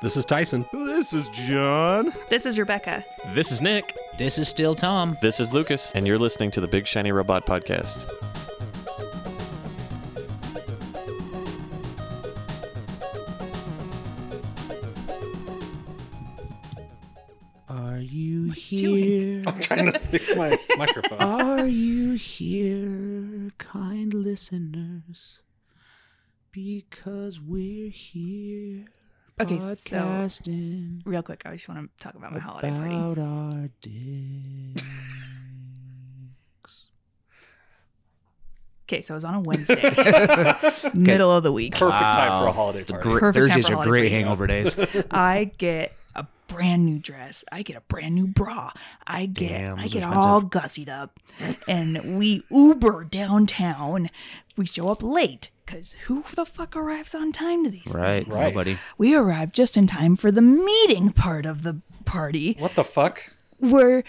This is Tyson. This is John. This is Rebecca. This is Nick. This is still Tom. This is Lucas, and you're listening to the Big Shiny Robot Podcast. Are you doing? here? I'm trying to fix my microphone. Are you here, kind listeners? Because we're here. Okay, so- podcasting Real quick, I just want to talk about my holiday party. about our dicks. Okay, so I was on a Wednesday, middle of the week. Ah. Perfect time for a Wow. holiday party. gr- Perfect time Thursdays for are holiday great party. hangover days. I get a brand new dress. I get a brand new bra. I get Damn, those I are get expensive. all gussied up, and we Uber downtown. We show up late because who the fuck arrives on time to these? Right. Right. Nobody. We arrived just in time for the meeting part of the party, what the fuck? where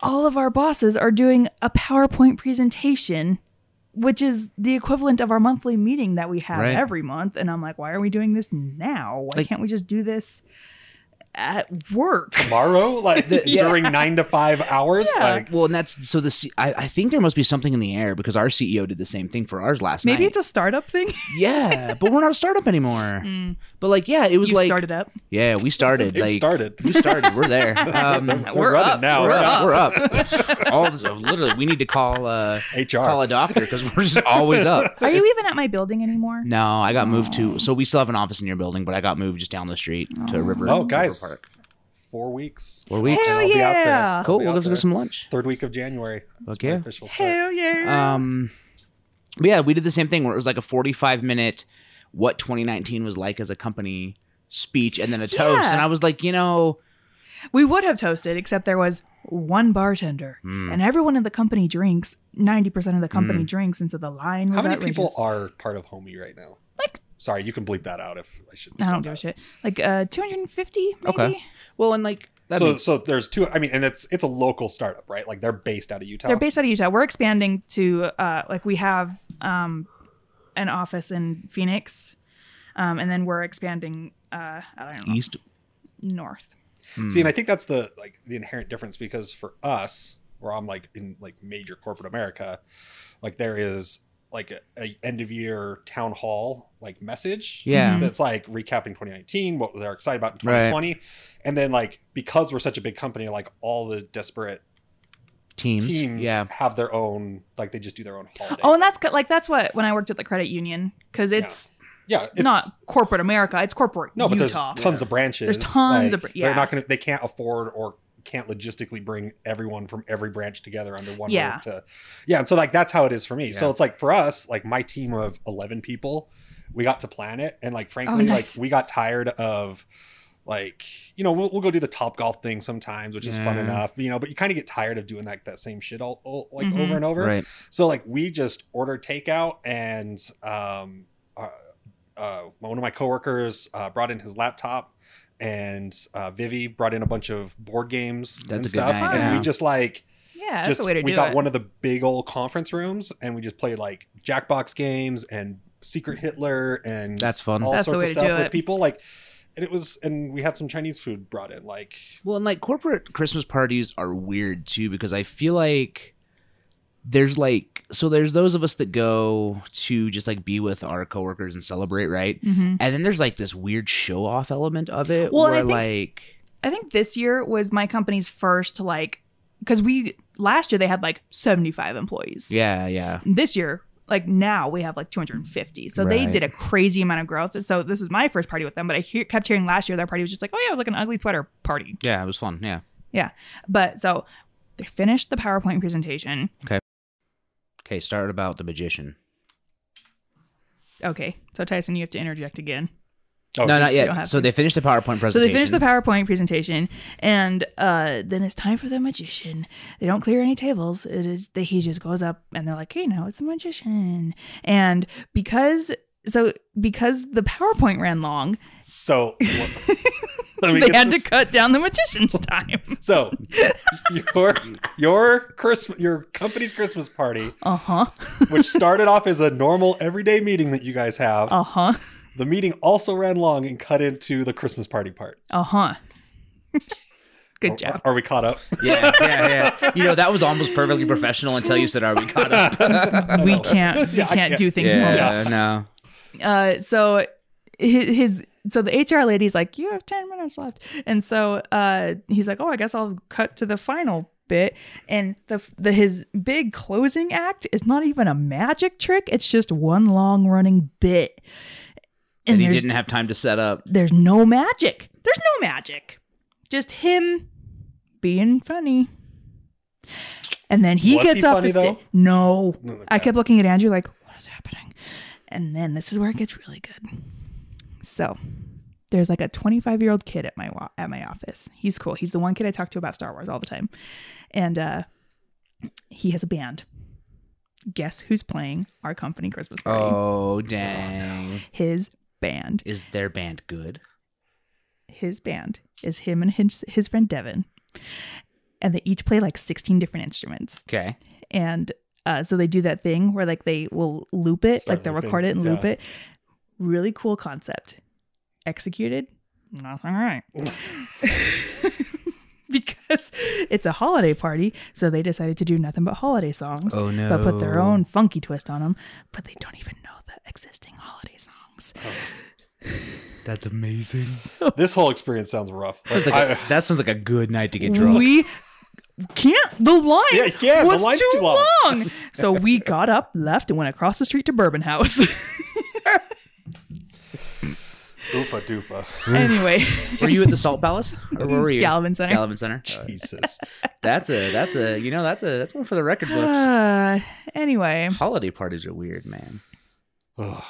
all of our bosses are doing a PowerPoint presentation. Which is the equivalent of our monthly meeting that we have Right. every month. And I'm like, why are we doing this now? Why Like- can't we just do this at work? Tomorrow? Like during nine to five hours? Yeah. Like Well, and that's so the C- I, I think there must be something in the air because our CEO did the same thing for ours last Maybe night. it's a startup thing. yeah, but we're not a startup anymore. Mm. But like, yeah, it was you like started up. yeah, we started it like started. we started. We're there. Um, We're running now. we're We're up. We're up. All this, literally, we need to call uh, HR. call a doctor because we're just always up. Are you even at my building anymore? No, I got moved to. So we still have an office in your building, but I got moved just down the street to River. Oh, guys. River Park. Four weeks. Four weeks. Hell I'll be out there. Oh, yeah. I'll Cool. be We'll out have to there. get some lunch. Third week of January. Fuck My yeah. Official start. Hell yeah. Um, but yeah, we did the same thing where it was like a 45 minute what 2019 was like as a company speech and then a toast. Yeah. And I was like, you know, we would have toasted, except there was one bartender, Hmm. and everyone in the company drinks. Ninety percent of the company drinks, and so the line was How many people outrageous. are part of Homie right now? Like- sorry, you can bleep that out if I should. I don't give a shit. Like uh, two hundred and fifty, maybe. Okay. well, and like, that So, makes- so there's two. I mean, and it's it's a local startup, right? Like they're based out of Utah. They're based out of Utah. We're expanding to uh, like we have um, an office in Phoenix, um, and then we're expanding. Uh, I don't know East. north. See, Hmm. and I think that's the like the inherent difference because for us, where I'm like in like major corporate America, like there is like a, a end of year town hall like message. Yeah. That's like recapping 2019, what they're excited about in Right. 2020. And then like because we're such a big company, like all the desperate Teams. teams Yeah. have their own like they just do their own holiday. Oh, and that's good. like that's what when I worked at the credit union because Yeah. it's yeah, it's not corporate America. It's corporate no, but Utah. there's tons of branches. There's tons of br- They're yeah. not gonna. They can't afford or can't logistically bring everyone from every branch together under one Yeah. roof to. Yeah, and so like that's how it is for me. So Yeah. it's like for us, like my team of eleven people, we got to plan it, and like frankly, Oh, nice. like we got tired of. Like you know, we'll, we'll go do the top golf thing sometimes, which is fun Yeah. enough, you know. But you kind of get tired of doing like that same shit all, all like Mhm. over and over. Right. So like we just order takeout and um uh, uh one of my coworkers uh, brought in his laptop and uh Vivi brought in a bunch of board games That's a and good stuff night, and yeah. we just like yeah, that's just the way to we do got it. one of the big old conference rooms and we just played like Jackbox games and Secret Hitler and That's fun. all That's the sorts of way to do stuff with it. people like and it was and we had some Chinese food brought in like Well, and like corporate Christmas parties are weird too because I feel like there's like so there's those of us that go to just like be with our coworkers and celebrate, right? Mhm. And then there's like this weird show off element of it Well, and I where like I think this year was my company's first like because we last year they had like seventy five employees. yeah, yeah. This year, like now we have like two hundred and fifty. So they Right. did a crazy amount of growth. So this is my first party with them, but I hear, kept hearing last year their party was just like, oh yeah, it was like an ugly sweater party. Yeah, it was fun. Yeah. But so they finished the PowerPoint presentation. Okay, start about the magician. Okay, so Tyson, you have to interject again. oh, no, not don't have yet. So to. they finished the PowerPoint presentation. So they finish the PowerPoint presentation, and uh, then it's time for the magician. They don't clear any tables. It is that he just goes up, and they're like, "Hey, now it's the magician." And because so because the PowerPoint ran long, so let me they get had this- to cut down the magician's time. So your your Christmas your company's Christmas party, Uh huh. which started off as a normal everyday meeting that you guys have, Uh huh. The meeting also ran long and cut into the Christmas party part. Uh huh. Are- Good job. Are, we caught up? Yeah, yeah, yeah. You know, that was almost perfectly professional until you said, "Are we caught up?" We can't. We Yeah, I can't do things more well. Yeah, no. uh, so his, his so the HR lady's like, you have ten minutes left, and so uh, he's like, oh, I guess I'll cut to the final bit, and the the his big closing act is not even a magic trick; it's just one long running bit, And he there's didn't have time to set up. there's no magic. There's no magic, just him being funny. And then he Was gets he up. funny, the sta- though? Oh no, Okay. I kept looking at Andrew like, what is happening? And then this is where it gets really good. So there's like a 25 year old kid at my wa- at my office. He's cool. He's the one kid I talk to about Star Wars all the time, and uh, he has a band. Guess who's playing our company Christmas party? Oh dang! His band. Is their band good? His band is him and his, his friend Devin, and they each play like 16 different instruments. Okay. and uh, so they do that thing where like they will loop it, Start like they'll looping, record it and loop yeah. it. Really cool concept. Executed, nothing right. because it's a holiday party, so they decided to do nothing but holiday songs, Oh no! but put their own funky twist on them. But they don't even know the existing holiday songs. That's amazing. This whole experience sounds rough. Like, That's like I, a- that sounds like a good night to get drunk. We can't. The line Yeah, yeah, the was line's too, too long. long. so we got up, left, and went across the street to Bourbon House. oofa doofa. anyway. were you at the Salt Palace? Or where were you? Galvin Center. Galvin Center. Jesus. That's a that's a you know that's a that's one for the record books. Uh, anyway, Holiday parties are weird, man. Ugh,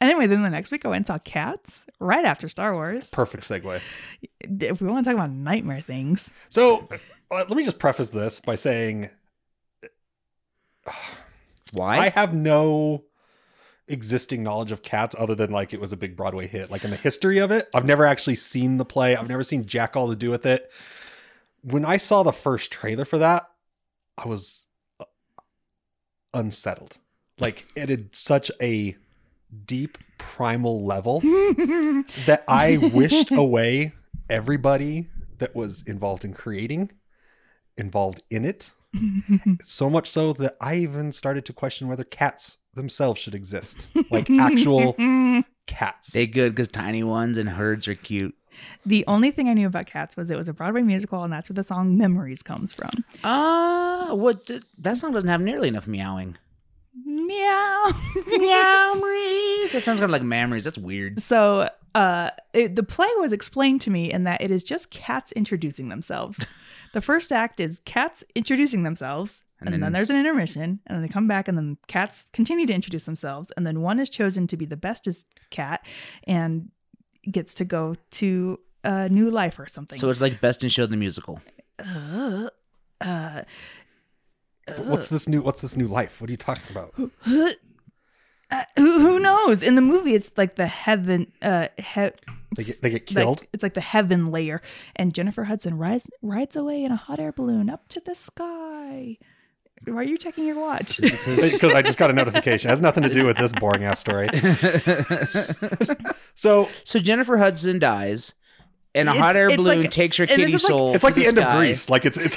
anyway, then the next week I went and saw Cats right after Star Wars. perfect segue. If we want to talk about nightmare things, So uh, let me just preface this by saying uh, Why? I have no existing knowledge of cats other than like it was a big Broadway hit. Like in the history of it, I've never actually seen the play. I've never seen Jack all to do with it. When I saw the first trailer for that, I was uh, unsettled. Like it had such a deep primal level that I wished away everybody that was involved in creating, involved in it. so much so that I even started to question whether cats themselves should exist, like actual cats. they good because tiny ones and herds are cute. the only thing I knew about Cats was it was a Broadway musical, and that's where the song "Memories" comes from. Ah, what? th- That song doesn't have nearly enough meowing. Meow, Memories. That sounds kind of like memories. That's weird. So, uh, it, the play was explained to me in that it is just cats introducing themselves. the first act is cats introducing themselves, and, And then, then- there's an intermission, and then they come back, and then cats continue to introduce themselves, and then one is chosen to be the bestest cat, and gets to go to a new life or something. So it's like Best in Show the musical. uh, uh, But what's this new? What's this new life? What are you talking about? uh, who, who knows? In the movie, it's like the heaven. Uh, he- They get, they get like- killed. it's like the heaven layer, and Jennifer Hudson rides rides away in a hot air balloon up to the sky. Why are you checking your watch? because I just got a notification. It has nothing to do with this boring ass story. So So Jennifer Hudson dies, and a It's- hot air it's balloon like- takes her and this kitty is like- soul. it's like to the end of sky. Greece. Like it's it's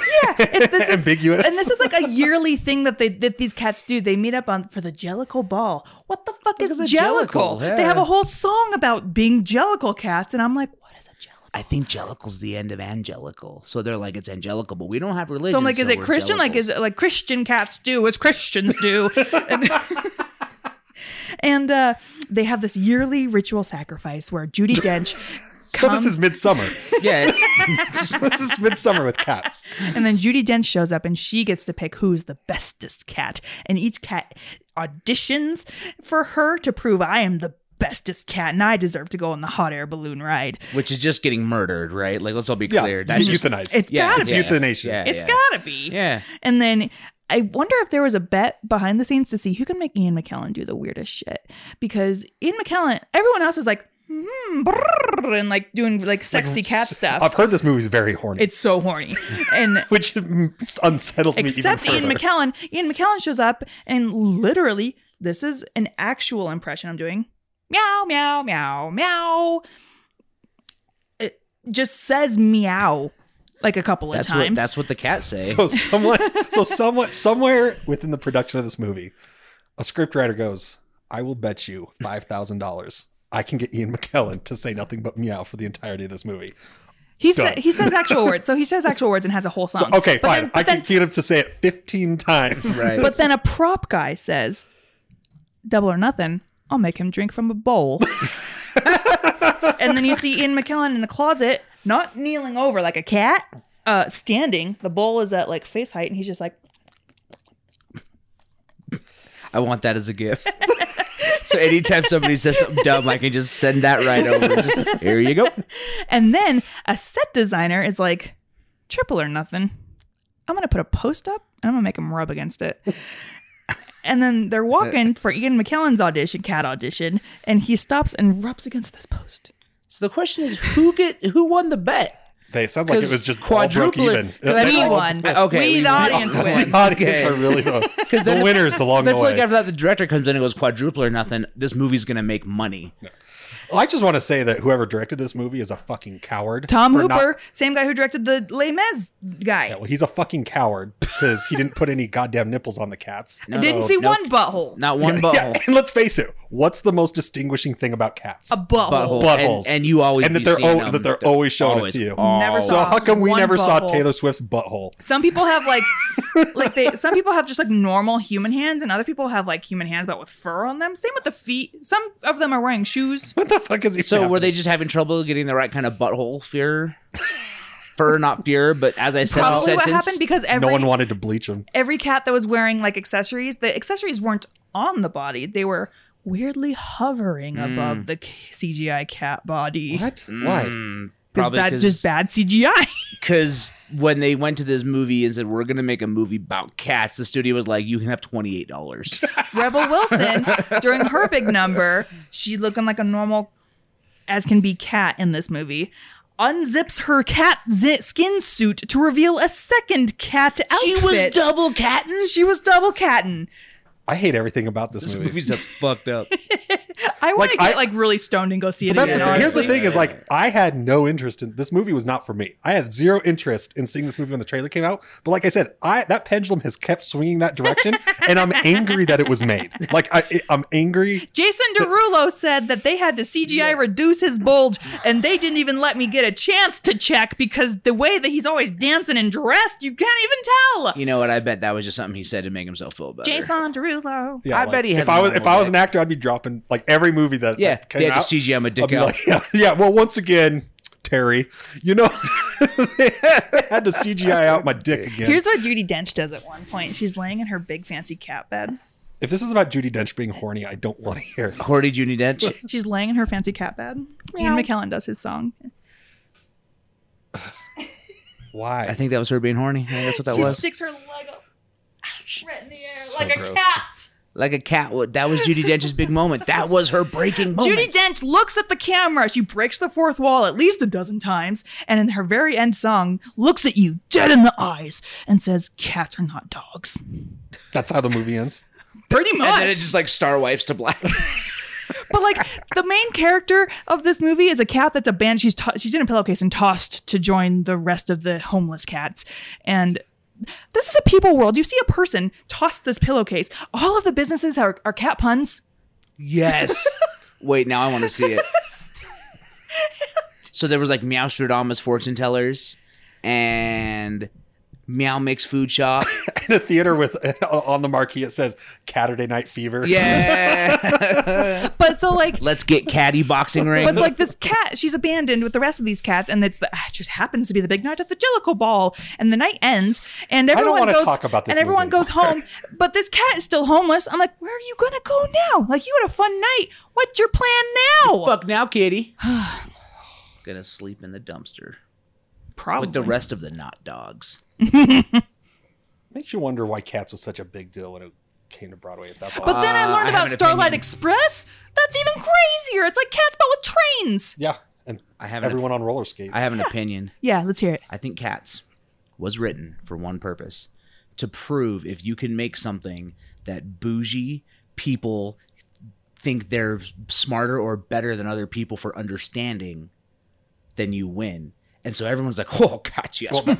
it's- this is- ambiguous. and this is like a yearly thing that they that these cats do. They meet up on for the Jellicle Ball. What the fuck is is a Jellicle? Jellicle? They have Yeah. a whole song about being Jellicle cats, and I'm like, what is a Jellicle? I think Jellicle's the end of Angelical. So they're like, it's Angelical, but we don't have religion. So I'm like, is it we're Christian? Like, Jellicles. is it like Christian cats do as Christians do? and and, uh, they have this yearly ritual sacrifice where Judy Dench so this comes- is midsummer. Yeah, it's- this is midsummer with cats. And then Judy Dench shows up and she gets to pick who's the bestest cat. And each cat auditions for her to prove I am the bestest cat and I deserve to go on the hot air balloon ride. which is just getting murdered, right? Like, let's all be Yeah, clear. you just- euthanized. It's yeah, gotta it's be. yeah, euthanasia. Yeah, It's yeah. gotta be. Yeah. And then I wonder if there was a bet behind the scenes to see who can make Ian McKellen do the weirdest shit. Because Ian McKellen, everyone else was like, hmm, brrr, and like doing like sexy cat stuff. uh, I've heard this movie's very horny, it's so horny. And which mm, unsettles me. except even Ian further. McKellen. Ian McKellen shows up and literally, this is an actual impression I'm doing. meow, meow, meow, meow. It just says meow like a couple That's of times. what that's what the cat say. So somewhat, so somewhat, somewhere within the production of this movie, a scriptwriter goes, "I will bet you five thousand dollars I can get Ian McKellen to say nothing but meow for the entirety of this movie." He sa- Done. he says actual words, so he says actual words and has a whole So song. okay, But fine, then- I but can then- get him to say it fifteen times. right. but then a prop guy says, "Double or nothing." I'll make him drink from a bowl. and then you see Ian McKellen in the closet, not kneeling over like a cat, uh, standing. The bowl is at like face height, and he's just like, I want that as a gift. so anytime somebody says something dumb, I can just send that right over. Just, here you go. And then a set designer is like, triple or nothing. I'm going to put a post up and I'm going to make him rub against it. and then they're walking for Ian McKellen's audition, cat audition, and he stops and rubs against this post. So the question is, who get who won the bet? They it sounds like it 'Cause was just quadruple quadruple it- even. They I mean, We all- won. okay, we, we the won. audience, The won. audience Okay. are really the, then the if- winners along Because I the feel way. like after that, the director comes in and goes quadruple or nothing. This movie's gonna make money. I just want to say that whoever directed this movie is a fucking coward. Tom for Hooper, not- same guy who directed the Les Mis guy. Yeah, well, he's a fucking coward because he didn't put any goddamn nipples on the cats. I didn't So- see no. one butthole. Not one butthole. Yeah, and let's face it, what's the most distinguishing thing about cats? A butthole. Butthole. Buttholes. And, and you always And that be they're seeing al- them. that they're always showing it to you. Never Oh. so saw how come we one never saw butthole. Taylor Swift's butthole? Some people have like, like they. Some people have just like normal human hands, and other people have like human hands but with fur on them. Same with the feet. Some of them are wearing shoes. What the fuck is he? So were they just having trouble getting the right kind of butthole fear? Fur, not fear, but as I said, the Probably what sentence. happened because every no one wanted to bleach him. every cat that was wearing like accessories, the accessories weren't on the body; they were weirdly hovering above the c- CGI cat body. Hmm. What? Mm, 'Cause probably that's just bad CGI. Because when they went to this movie and said we're gonna make a movie about cats, the studio was like, "You can have twenty eight dollars." Rebel Wilson during her big number, she looking like a normal as can be cat in this movie. Unzips her cat zi- skin suit to reveal a second cat outfit. catting. She was double catting. I hate everything about this, This movie. movie's that's fucked up. I want to Like, get I- like really stoned and go see it But that's again. the thing. here's the honestly. thing is like I had no interest in this movie was not for me. I had zero interest in seeing this movie when the trailer came out. But like I said, I that pendulum has kept swinging that direction, and I'm angry that it was made. Like I, I'm angry. Jason Derulo said that they had to CGI reduce his bulge, and they didn't even let me get a chance to check because the way that he's always dancing and dressed, you can't even tell. You know what? I bet that was just something he said to make himself feel better. Jason Derulo. Yeah, I like, bet he has If I was normal if I was dick. an actor, I'd be dropping like every movie that Yeah, that they came had out. to CGI my I'd dick be out. like, yeah, yeah, well, once again, Terry, you know, they had to CGI out my dick again. Here's what Judy Dench does at one point. She's laying in her big fancy cat bed. if this is about Judy Dench being horny, I don't want to hear it. Cordy Judy Dench. She's laying in her fancy cat bed. Ian McKellen does his song. Why? I think that was her being horny. I think that's what that she was. sticks her leg up right in the air like a gross. cat. like a cat. would. That was Judy Dench's big moment. That was her breaking moment. Judy Dench looks at the camera. She breaks the fourth wall at least a dozen times, and in her very end song, looks at you dead in the eyes and says, "Cats are not dogs." That's how the movie ends. Pretty and then it much. just like star wipes to black. but like the main character of this movie is a cat that's abandoned. She's to- she's in a pillowcase and tossed to join the rest of the homeless cats. And this is a people world. You see a person toss this pillowcase. All of the businesses are, are cat puns. yes. Wait, now I want to see it. so there was like Meowstradamus fortune tellers and Meow Mix food shop. in a theater with on the marquee it says Saturday Night Fever. Yeah. But so like Let's get caddy boxing ring. But like this cat, she's abandoned with the rest of these cats, and it's the, ah, it just happens to be the big night of the Jellicle Ball, and the night ends, and don't everyone wanna goes talk about this and everyone movie. goes home, but this cat is still homeless. I'm like, where are you gonna go now? Like you had a fun night. What's your plan now? Fuck now, kitty. Gonna sleep in the dumpster Probably with the rest of the not dogs. Makes you wonder why Cats was such a big deal when it came to Broadway. If that's all. But then I Uh, learned I have about an Starlight opinion. Express. That's even crazier. It's like cats, but with trains. yeah, and I have an everyone on roller skates. I have an opinion. Yeah, let's hear it. I think Cats was written for one purpose to prove if you can make something that bougie people think they're smarter or better than other people for understanding, then you win. And so everyone's like, "Oh, God, yes." Well,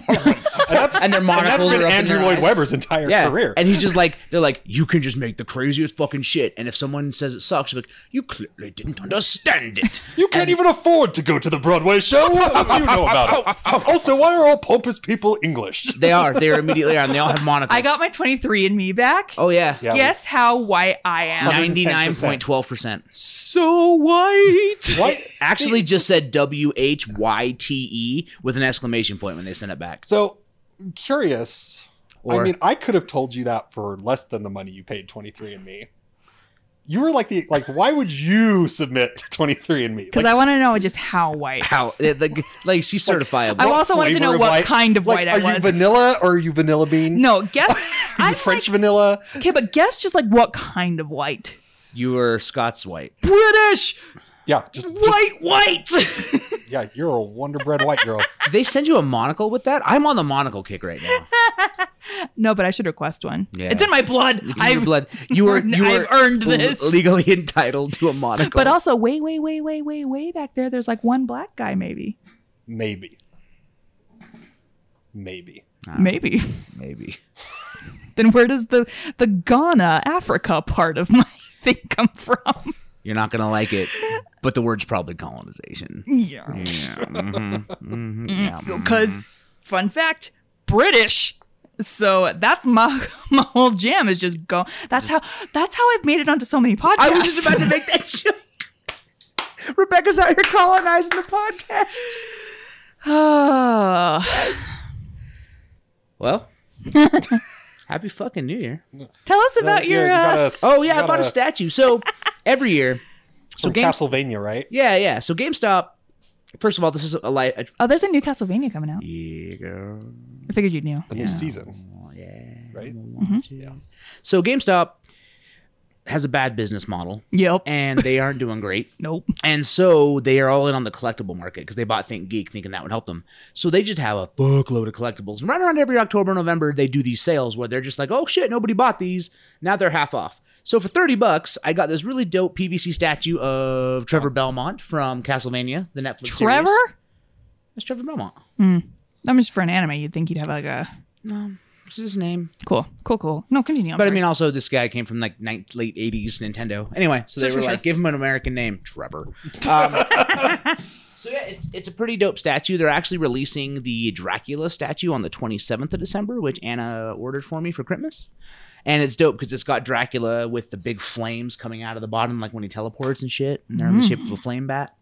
that's, And their that's monocles been are up in Andrew their Lloyd eyes. Webber's entire yeah. career. And he's just like, they're like, "You can just make the craziest fucking shit." And if someone says it sucks, you're like, "You clearly didn't understand it." you can't even afford to go to the Broadway show. What do you know about it? Also, why are all pompous people English? they are. They are immediately on. They all have monocles. I got my 23 and me back. Oh yeah. Yeah, Guess how white I am. 99.12 percent. So white. Why? Actually, just said W H Y T E with an exclamation point when they sent it back. So I'm curious. I Or- mean, I could have told you that for less than the money you paid 23andMe. You were like the like. Why would you submit to 23andMe? Because Like, I want to know just how white. How like like she's certifiable. I also wanted to flavor know of what white? kind of like white are I you was. vanilla or are you vanilla bean? no, guess. are I'm you French like- vanilla. okay, but guess just like what kind of white. you were Scots white. British Yeah, just, white white. just- yeah. You're a Wonder Bread white girl. Did they send you a monocle with that? I'm on the monocle kick right now. no, but I should request one. Yeah. It's in my blood. It's in I've your blood. You were you I've were earned l- this. legally entitled to a monocle. But also, way, way, way, way, way, way back there, there's like one black guy, maybe. Maybe. Maybe. Ah, Maybe. maybe. then where does the the Ghana Africa part of my thing come from? You're not gonna like it, but the word's probably colonization. Yeah. Yeah. mhm, mhm, yeah, Mm-hmm. Because, fun fact, British. So that's my my whole jam is just go. That's how that's how I've made it onto so many podcasts. I was just about to make that joke. Rebecca's out here colonizing the podcast. Well, happy fucking New Year. tell us Uh, about yeah, your. you got uh, a- Oh you yeah, I got bought a statue. So every year, so from Game- Castlevania, right? yeah, yeah. So GameStop. First of all, this is a light. A, oh, there's a new Castlevania coming out. yeah, girl. I figured you knew. The new season, Oh, yeah. right? Yeah. Mm-hmm. So GameStop has a bad business model, Yep. and they aren't doing great. Nope. And so they are all in on the collectible market because they bought Think Geek thinking that would help them. So they just have a fuckload of collectibles. And right around every October, November, they do these sales where they're just like, oh shit, nobody bought these. Now they're half off. So for 30 bucks, I got this really dope PVC statue of Trevor Belmont from Castlevania, the Netflix series. Trevor. That's Trevor Belmont. I'm just for an anime. You'd think you'd have like a No, it's his name. cool, cool, cool. No, continue. I'm but I sorry. mean, also this guy came from like nine, late '80s Nintendo. Anyway, so they Sure, were sure, like, sure. give him an American name, Trevor. Um, so yeah, it's it's a pretty dope statue. They're actually releasing the Dracula statue on the 27th of December, which Anna ordered for me for Christmas. And it's dope because it's got Dracula with the big flames coming out of the bottom, like when he teleports and shit. And they're in Mm-hmm. the shape of a flame bat.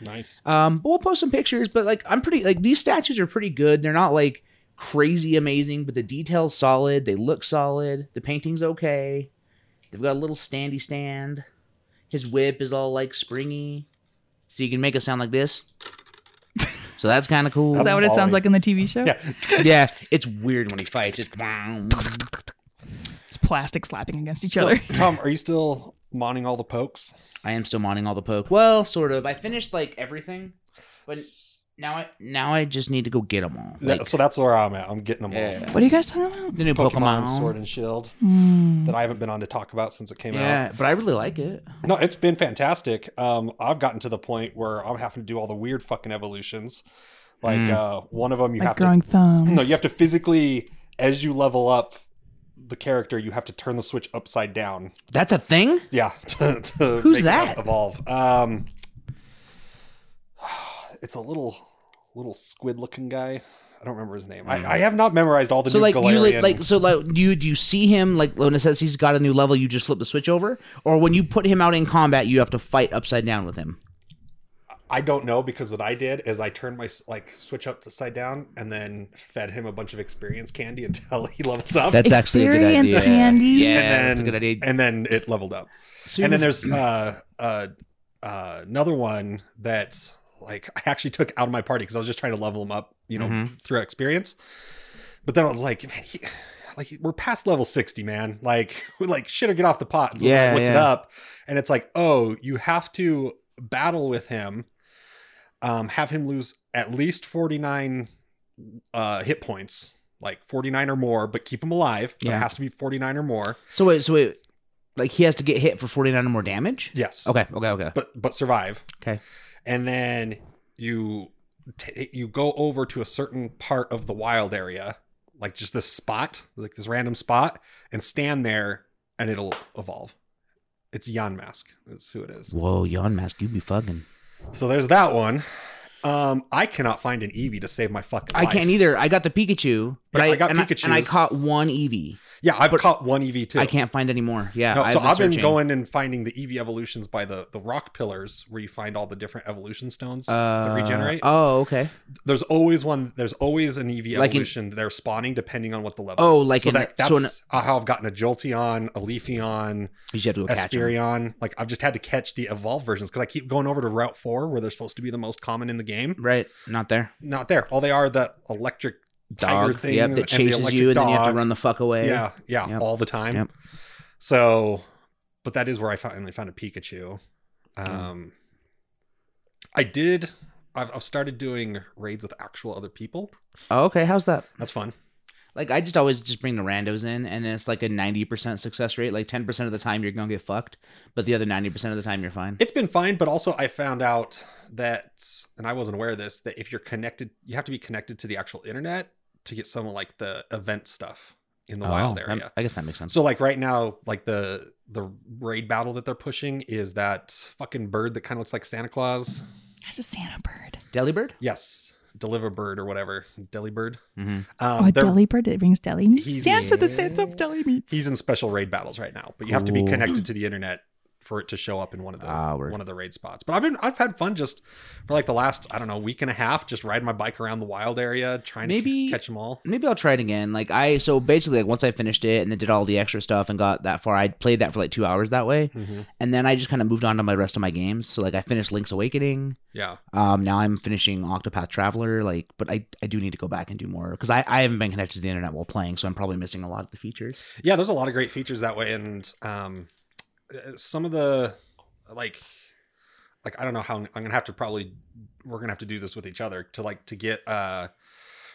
Nice. Um, but we'll post some pictures. But like, I'm pretty like these statues are pretty good. They're not like crazy amazing, but the details solid. They look solid. The painting's okay. They've got a little standy stand. His whip is all like springy, so you can make it sound like this. So that's kind of cool. is that what it sounds Following. like in the TV show? Yeah. yeah, it's weird when he fights. It's It's plastic slapping against each So, other. Tom, are you still mounting all the pokes? I am still modding all the poke. Well, sort of. I finished like everything, but now I now I just need to go get them all. That- Like, so that's where I'm at. I'm getting them all. yeah. What are you guys talking about? the new Pokemon, Pokemon, Sword and Shield Mm. that I haven't been on to talk about since it came Yeah, but I really like it. out. No, it's been fantastic. Um, I've gotten to the point where I'm having to do all the weird fucking evolutions. Like Mm. uh, one of them, you Like have to growing thumbs. no, you have to physically as you level up the character, you have to turn the switch upside down. That's a thing? Yeah, to, to Who's make it that? evolve? Um, it's a little little squid looking guy. I don't remember his name. I, I have not memorized all the so new like you Galarian. like, like so like do you do you see him like when it says he's got a new level, you just flip the switch over? Or when you put him out in combat, you have to fight upside down with him. I don't know because what I did is I turned my s- like switch upside down and then fed him a bunch of experience candy until he leveled up. That's Experience candy. Yeah, and then, that's a good idea. And then it leveled up. So and then you've- there's uh, uh, uh, another one that's like I actually took out of my party because I was just trying to level him up, you know, Mhm. through experience. But then I was like, man, he, like we're past level sixty, man. Like, we like shit or get off the pot. And so then I Yeah, looked it yeah. up, and it's like, oh, you have to battle with him, um, have him lose at least forty nine uh, hit points. Like 49 or more, but keep him alive. It Yeah. has to be 49 or more. So wait, so wait. like he has to get hit for 49 or more damage? Yes. Okay, okay, okay. But but survive. Okay. And then you t- you go over to a certain part of the wild area, like just this spot, like this random spot, and stand there, and it'll evolve. It's Yon Mask. That's who it is. Whoa, yawn mask, you be fucking. So there's that one. Um, I cannot find an Eevee to save my fucking. I life. can't either. I got the Pikachu, but Yeah, I, I got and and I Pikachus. caught one Eevee. Yeah, I've But- caught one EV too. I can't find any more. Yeah, No, so I've been searching. going and finding the EV evolutions by the the rock pillars, where you find all the different evolution stones Uh, that regenerate. Oh, okay. there's always one. There's always an EV Like in- evolution they're spawning depending on what the level. Oh, is. like so in- that, that's so in- how I've gotten a Jolteon, a Leafeon, You just have to go catch 'em. Espeon. Like I've just had to catch the evolved versions because I keep going over to Route Four where they're supposed to be the most common in the game. Right, not there. Not there. All they are the electric tiger Dog. thing Yep, and that the chases you, and electric then you have to dog. run the fuck away. Yeah, yeah, Yep. all the time. Yep. So, but that is where I finally found a Pikachu. Hmm. Um, I did. I've, I've started doing raids with actual other people. Oh, okay, how's that? That's fun. Like I just always just bring the randos in, and it's like a ninety percent success rate. Like ten percent of the time you're gonna get fucked, but the other ninety percent of the time you're fine. It's been fine, but also I found out that, and I wasn't aware of this, that if you're connected, you have to be connected to the actual internet to get some of like the event stuff in the Oh, wild that- area. I guess that makes sense. So like right now, like the the raid battle that they're pushing is that fucking bird that kind of looks like Santa Claus. That's a Santa bird. Delibird. Yes, deliver bird or whatever, deli bird. Mm-hmm. Um, Oh, a they're- deli bird that brings deli meats. he's- Santa, the Santa of deli meats. He's in special raid battles right now, but you have to be Cool. connected to the internet for it to show up in one of the Ah, word. one of the raid spots. But I've been I've had fun just for like the last I don't know week and a half, just riding my bike around the wild area, trying Maybe- to catch them all. Maybe I'll try it again. Like I, so basically, like once I finished it and then did all the extra stuff and got that far, I played that for like two hours that way, Mhm. and then I just kind of moved on to my rest of my games. So like I finished Link's Awakening. Yeah, Um, now I'm finishing Octopath Traveler. Like, but I I do need to go back and do more because I I haven't been connected to the internet while playing, so I'm probably missing a lot of the features. yeah. There's a lot of great features that way, and um, uh, some of the like like I don't know how I'm gonna have to probably we're gonna have to do this with each other to like to get uh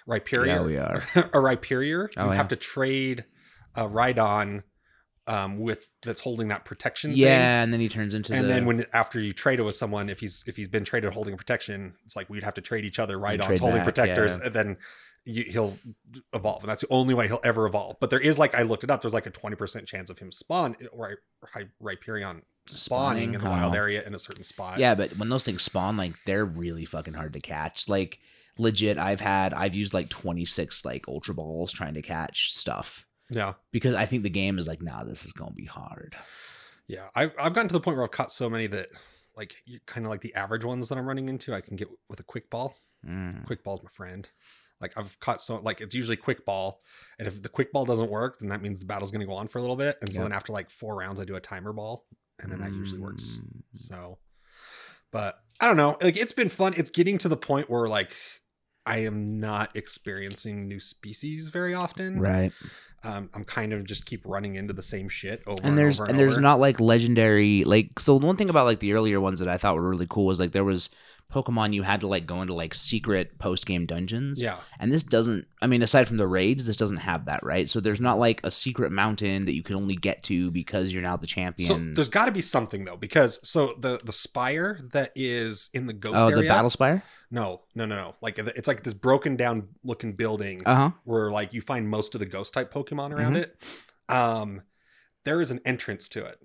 Rhyperior. Yeah, we are. a Rhyperior, Oh, you yeah. have to trade a Rhydon um, with that's holding that protection. Thing. Yeah, and then he turns into And the, then when after you trade it with someone, if he's if he's been traded holding protection, it's like we'd have to trade each other And Rhydons trade holding back, protectors, yeah. and then you, he'll evolve, and that's the only way he'll ever evolve. But there is like I looked it up, there's like a twenty percent chance of him spawn or Ry- Rhyperion spawning, Spawning, in the wild huh. area in a certain spot. yeah, but when those things spawn, like they're really fucking hard to catch. Like legit, I've had I've used like 26 like ultra balls trying to catch stuff yeah. because I think the game is like, nah, this is gonna be hard. Yeah, I've I've gotten to the point where I've caught so many that like kind of like the average ones that I'm running into, I can get with a quick ball. Mm. Quick ball's my friend. Like I've caught so like it's usually quick ball, and if the quick ball doesn't work, then that means the battle's going to go on for a little bit. And so Yeah. then after like four rounds, I do a timer ball, and then that usually works. Mm. So, but I don't know. Like it's been fun. It's getting to the point where like I am not experiencing new species very often. Right, Um, I'm kind of just keep running into the same shit over and, and there's over and, and, there's over. not like legendary like so. One thing about like the earlier ones that I thought were really cool was like there was Pokemon you had to like go into like secret post game dungeons. yeah. And this doesn't, I mean, aside from the raids, this doesn't have that, right? So there's not like a secret mountain that you can only get to because you're now the So champion. there's got to be something though, because so the the spire that is in the ghost oh, area. the battle spire? No, no, no, no. Like it's like this broken down looking building Uh huh. where like you find most of the ghost type Pokemon around Mhm. it. Um, there is an entrance to it,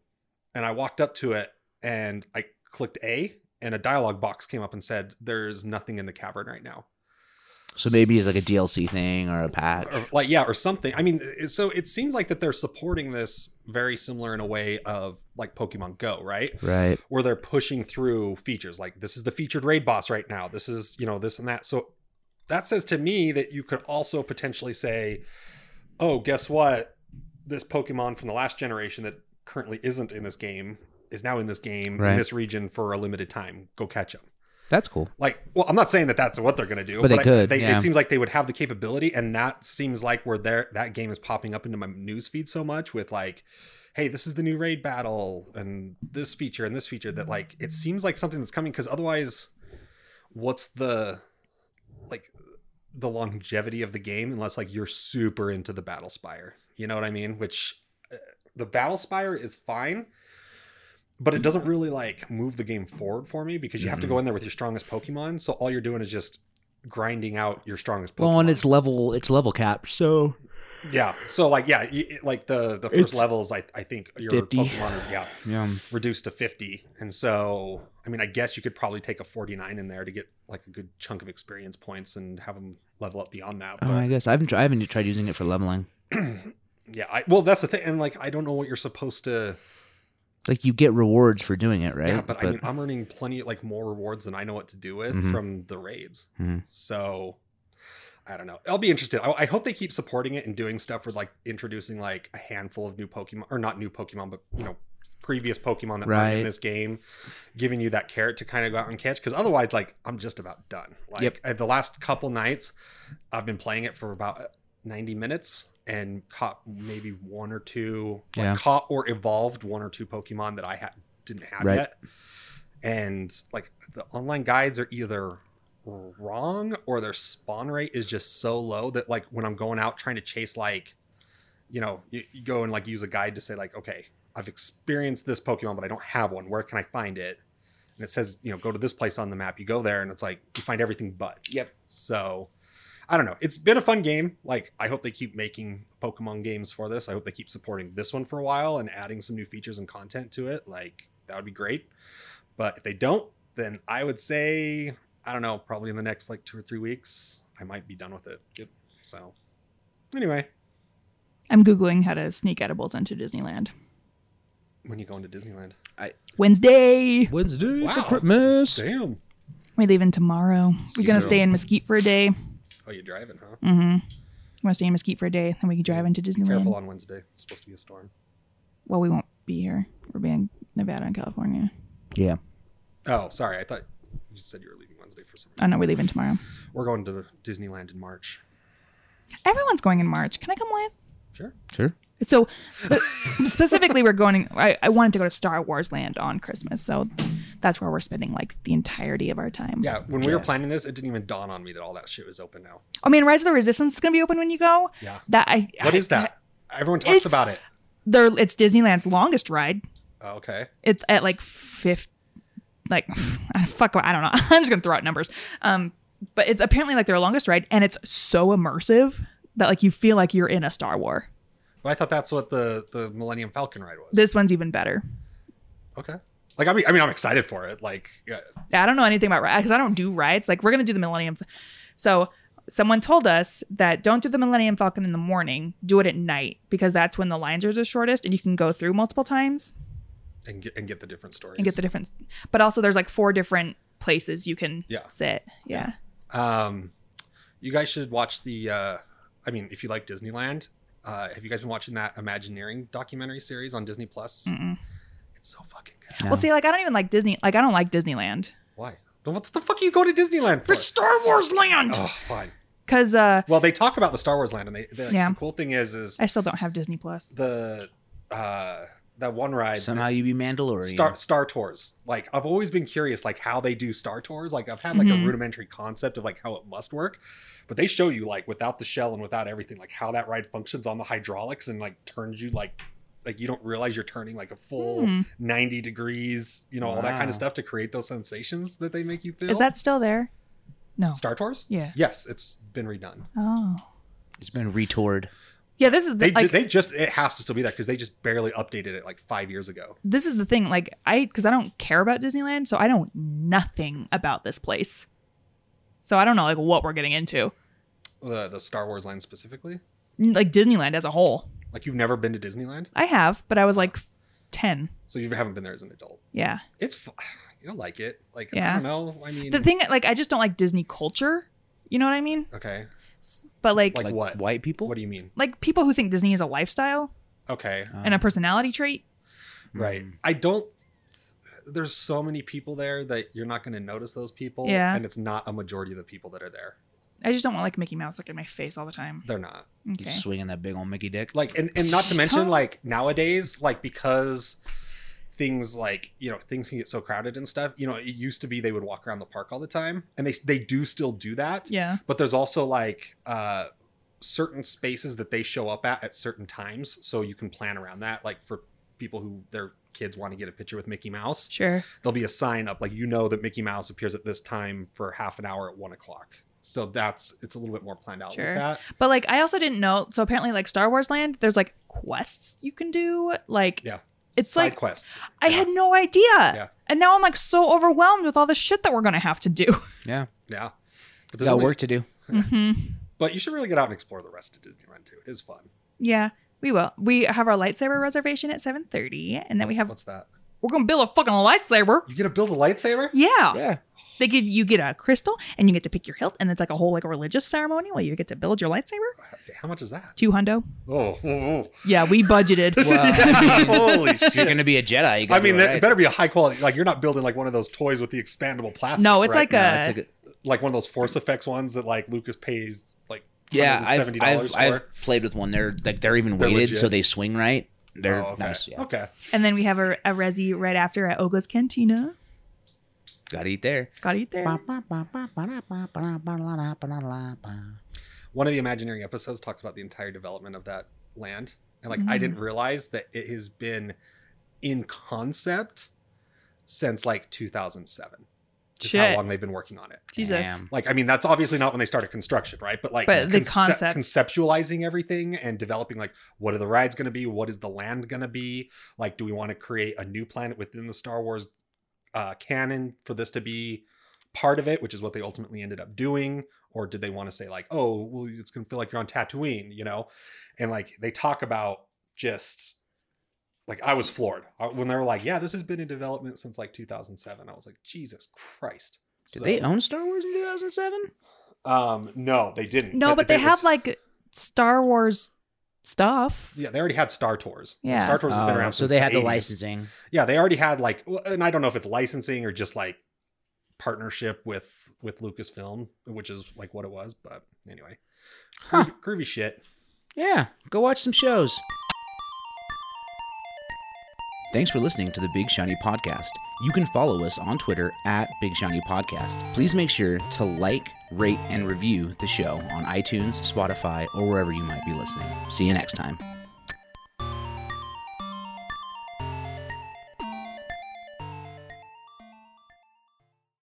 and I walked up to it and I clicked A, and a dialogue box came up and said, "There's nothing in the cavern right now." So maybe it's like a DLC thing or a patch. or, like yeah or something i mean it- so it seems like that they're supporting this very similar in a way of like pokemon go right Right. where they're pushing through features like this is the featured raid boss right now this is you know this and that so that says to me that you could also potentially say oh guess what this pokemon from the last generation that currently isn't in this game is now in this game Right. in this region for a limited time go catch them That's cool. like well i'm not saying that that's what they're going to do But they I- could, yeah. it seems like they would have the capability and that seems like where there that game is popping up into my news feed so much with like hey this is the new raid battle and this feature and this feature that like it seems like something that's coming because otherwise what's the like the longevity of the game unless like you're super into the battle spire you know what i mean which uh, the battle spire is fine, but it doesn't really like move the game forward for me because you have to Mm-hmm. go in there with your strongest Pokemon. So all you're doing is just grinding out your strongest Pokemon. Well, and it's level it's level cap, so yeah. So like yeah, you, it- like the the first It's levels, I I think your 50. Pokemon are yeah Yeah. reduced to fifty, and so I mean I guess you could probably take a forty nine in there to get like a good chunk of experience points and have them level up beyond that. Oh, I But guess I haven't. I haven't tried using it for leveling. yeah, I, well that's the thing, and like I don't know what you're supposed to. Like you get rewards for doing it, right? Yeah, but, I mean, I'm earning plenty like more rewards than I know what to do with Mhm. from the raids. Mhm. So I don't know. I'll be interested. I, I hope they keep supporting it and doing stuff with like introducing like a handful of new Pokemon or not new Pokemon, but you know previous Pokemon that are in Right. this game, giving you that carrot to kind of go out and catch. Because otherwise, like I'm just about done. Like Yep. at the last couple nights, I've been playing it for about 90 minutes and caught maybe one or two like Yeah. caught or evolved one or two pokemon that i had didn't have Right. yet and like the online guides are either wrong or their spawn rate is just so low that like when i'm going out trying to chase like you know you, you go and like use a guide to say like okay i've experienced this pokemon but i don't have one where can i find it and it says you know go to this place on the map you go there and it's like you find everything but Yep. so i don't know it's been a fun game like i hope they keep making pokemon games for this i hope they keep supporting this one for a while and adding some new features and content to it like that would be great but if they don't then i would say i don't know probably in the next like two or three weeks i might be done with it Yep. so anyway I'm Googling how to sneak edibles into Disneyland. when you go into disneyland Wednesday. Wednesday Wow. for Christmas. damn We're leaving tomorrow. We're going to So- stay in Mesquite for a day. oh you're driving huh Mm hmm. We're going to stay in Mesquite for a day, then we can drive into Disneyland. careful on wednesday it's supposed to be a storm Well, we won't be here. We'll be in Nevada and California. yeah. oh sorry i thought you said you were leaving wednesday for some reason Oh, no, we're leaving tomorrow. We're going to Disneyland in March. Everyone's going in March. Can I come with? Sure. Sure. So spe- specifically, we're going. I, I wanted to go to Star Wars Land on Christmas, so that's where we're spending like the entirety of our time. Yeah. When we were planning this, it didn't even dawn on me that all that shit was open now. I mean, Rise of the Resistance is going to be open when you go. Yeah. That I. What I- is that? Everyone talks It's- about it. They're, it's Disneyland's longest ride. Oh, okay. It's at like fifth. Like, fuck. I don't know. I'm just gonna throw out numbers. Um, but it's apparently like their longest ride, and it's so immersive that like you feel like you're in a Star War. But I thought that's what the the Millennium Falcon ride was. This one's even better. okay. Like I mean, I mean, I'm excited for it. Like, yeah, I don't know anything about rides because I don't do rides. Like we're gonna do the Millennium. So someone told us that don't do the Millennium Falcon in the morning. Do it at night because that's when the lines are the shortest and you can go through multiple times and get and get the different stories. and get the different. But also there's like four different places you can Yeah. sit. Yeah. um, you guys should watch the. uh I mean, if you like Disneyland, uh have you guys been watching that Imagineering documentary series on Disney Plus? Mm-mm. It's so fucking good. No. Well, see, like I don't even like Disney. Like I don't like Disneyland Why? Then What the fuck are you going to Disneyland for? for Star Wars Land oh, fine. because uh, Well, they talk about the Star Wars land, and they, they Yeah. the cool thing is, is I still don't have Disney Plus. the uh that one ride Somehow you be Mandalorian. the star star tours like i've always been curious like how they do star tours like i've had like Mhm. a rudimentary concept of like how it must work but they show you like without the shell and without everything like how that ride functions on the hydraulics and like turns you like like you don't realize you're turning like a full Hmm. 90 degrees you know all that kind Wow. of stuff to create those sensations that they make you feel Is that still there? No. star tours Yeah. yes it's been redone Oh. It's been retoured. Yeah. This is the, they, ju- like they just it has to still be there because they just barely updated it like five years ago this is the thing like i because i don't care about disneyland so i know nothing about this place so i don't know like what we're getting into the the star wars land specifically N- like disneyland as a whole Like you've never been to Disneyland, i have but i was like 10 so you haven't been there as an adult. yeah It's fu- you'll like it. Like I Yeah. don't know. I mean, the thing like i just don't like disney culture you know what i mean okay. S- but like Like like, what? White people. What do you mean? people who think disney is a lifestyle Okay, Um, and a personality trait right. I don't. There's so many people there that you're not going to notice those people. Yeah. and it's not a majority of the people that are there. i just don't want like mickey mouse like in my face all the time They're not. You okay just swinging that big old Mickey dick. like and, and not to mention Stop. like nowadays like because things like you know things can get so crowded and stuff you know it used to be they would walk around the park all the time and they they do still do that yeah but there's also like uh certain spaces that they show up at at certain times, so you can plan around that. Like for people who their kids want to get a picture with Mickey Mouse, Sure. there'll be a sign up like you know that Mickey Mouse appears at this time for half an hour at one o'clock. So that's it's a little bit more planned out Sure. like that. But like I also didn't know. So apparently like Star Wars Land, there's like quests you can do. Like Yeah. it's Side like quests. I Yeah. had no idea. Yeah. And now I'm like so overwhelmed with all the shit that we're gonna have to do. yeah. But there's Got only- work to do. hmm But you should really get out and explore the rest of Disneyland too. It is fun. Yeah. We will. We have our lightsaber reservation at 7:30, and then we What's- have what's that? we're gonna build a fucking lightsaber. You get to build a lightsaber? Yeah. Yeah. They give you get a crystal, and you get to pick your hilt, and it's like a whole like religious ceremony where you get to build your lightsaber. How much is that? Two hundo. Oh, oh, Yeah, we budgeted. oh. Wow. holy If you're shit. going to be a Jedi, you I gotta mean, do it that right. better be a high quality. Like you're not building like one of those toys with the expandable plastic. No, it's right? like a- No, it's like like one of those Force Effects ones that like Lucas pays like yeah, I've, $170 I've, for. I've played with one. They're like they're even They're weighted, legit. so they swing right. They're Oh, okay. nice. Yeah, Okay. and then we have a, a resi right after at Oga's Cantina. gotta eat there. Gotta eat there. One of the Imagineering episodes talks about the entire development of that land. And like I Mhm. didn't realize that it has been in concept since like 2007. Is how Shit. long they've been working on it. Jesus. Damn. Like I mean that's obviously not when they started construction, right? But like But the concep- concept. conceptualizing everything and developing like what are the rides going to be? What is the land going to be? Like do we want to create a new planet within the Star Wars uh, canon for this to be part of it, which is what they ultimately ended up doing? Or did they want to say like, oh, well, it's gonna feel like you're on Tatooine, you know? And like they talk about just like I was floored I- when they were like, yeah, this has been in development since like 2007. I was like, Jesus Christ. Did So- they own Star Wars in 2007? um, no, they didn't. No, but they was- have like Star Wars stuff. Yeah, they already had Star Tours. Yeah. Star Tours has been Oh, around. so since they had the 80s. licensing. Yeah, they already had like, well, and I don't know if it's licensing or just like partnership with with Lucasfilm, which is like what it was. But anyway, Huh. groovy, groovy shit. Yeah, go watch some shows. Thanks for listening to the Big Shiny Podcast. You can follow us on Twitter at Big Shiny Podcast. Please make sure to like, rate, and review the show on iTunes, Spotify, or wherever you might be listening. See you next time.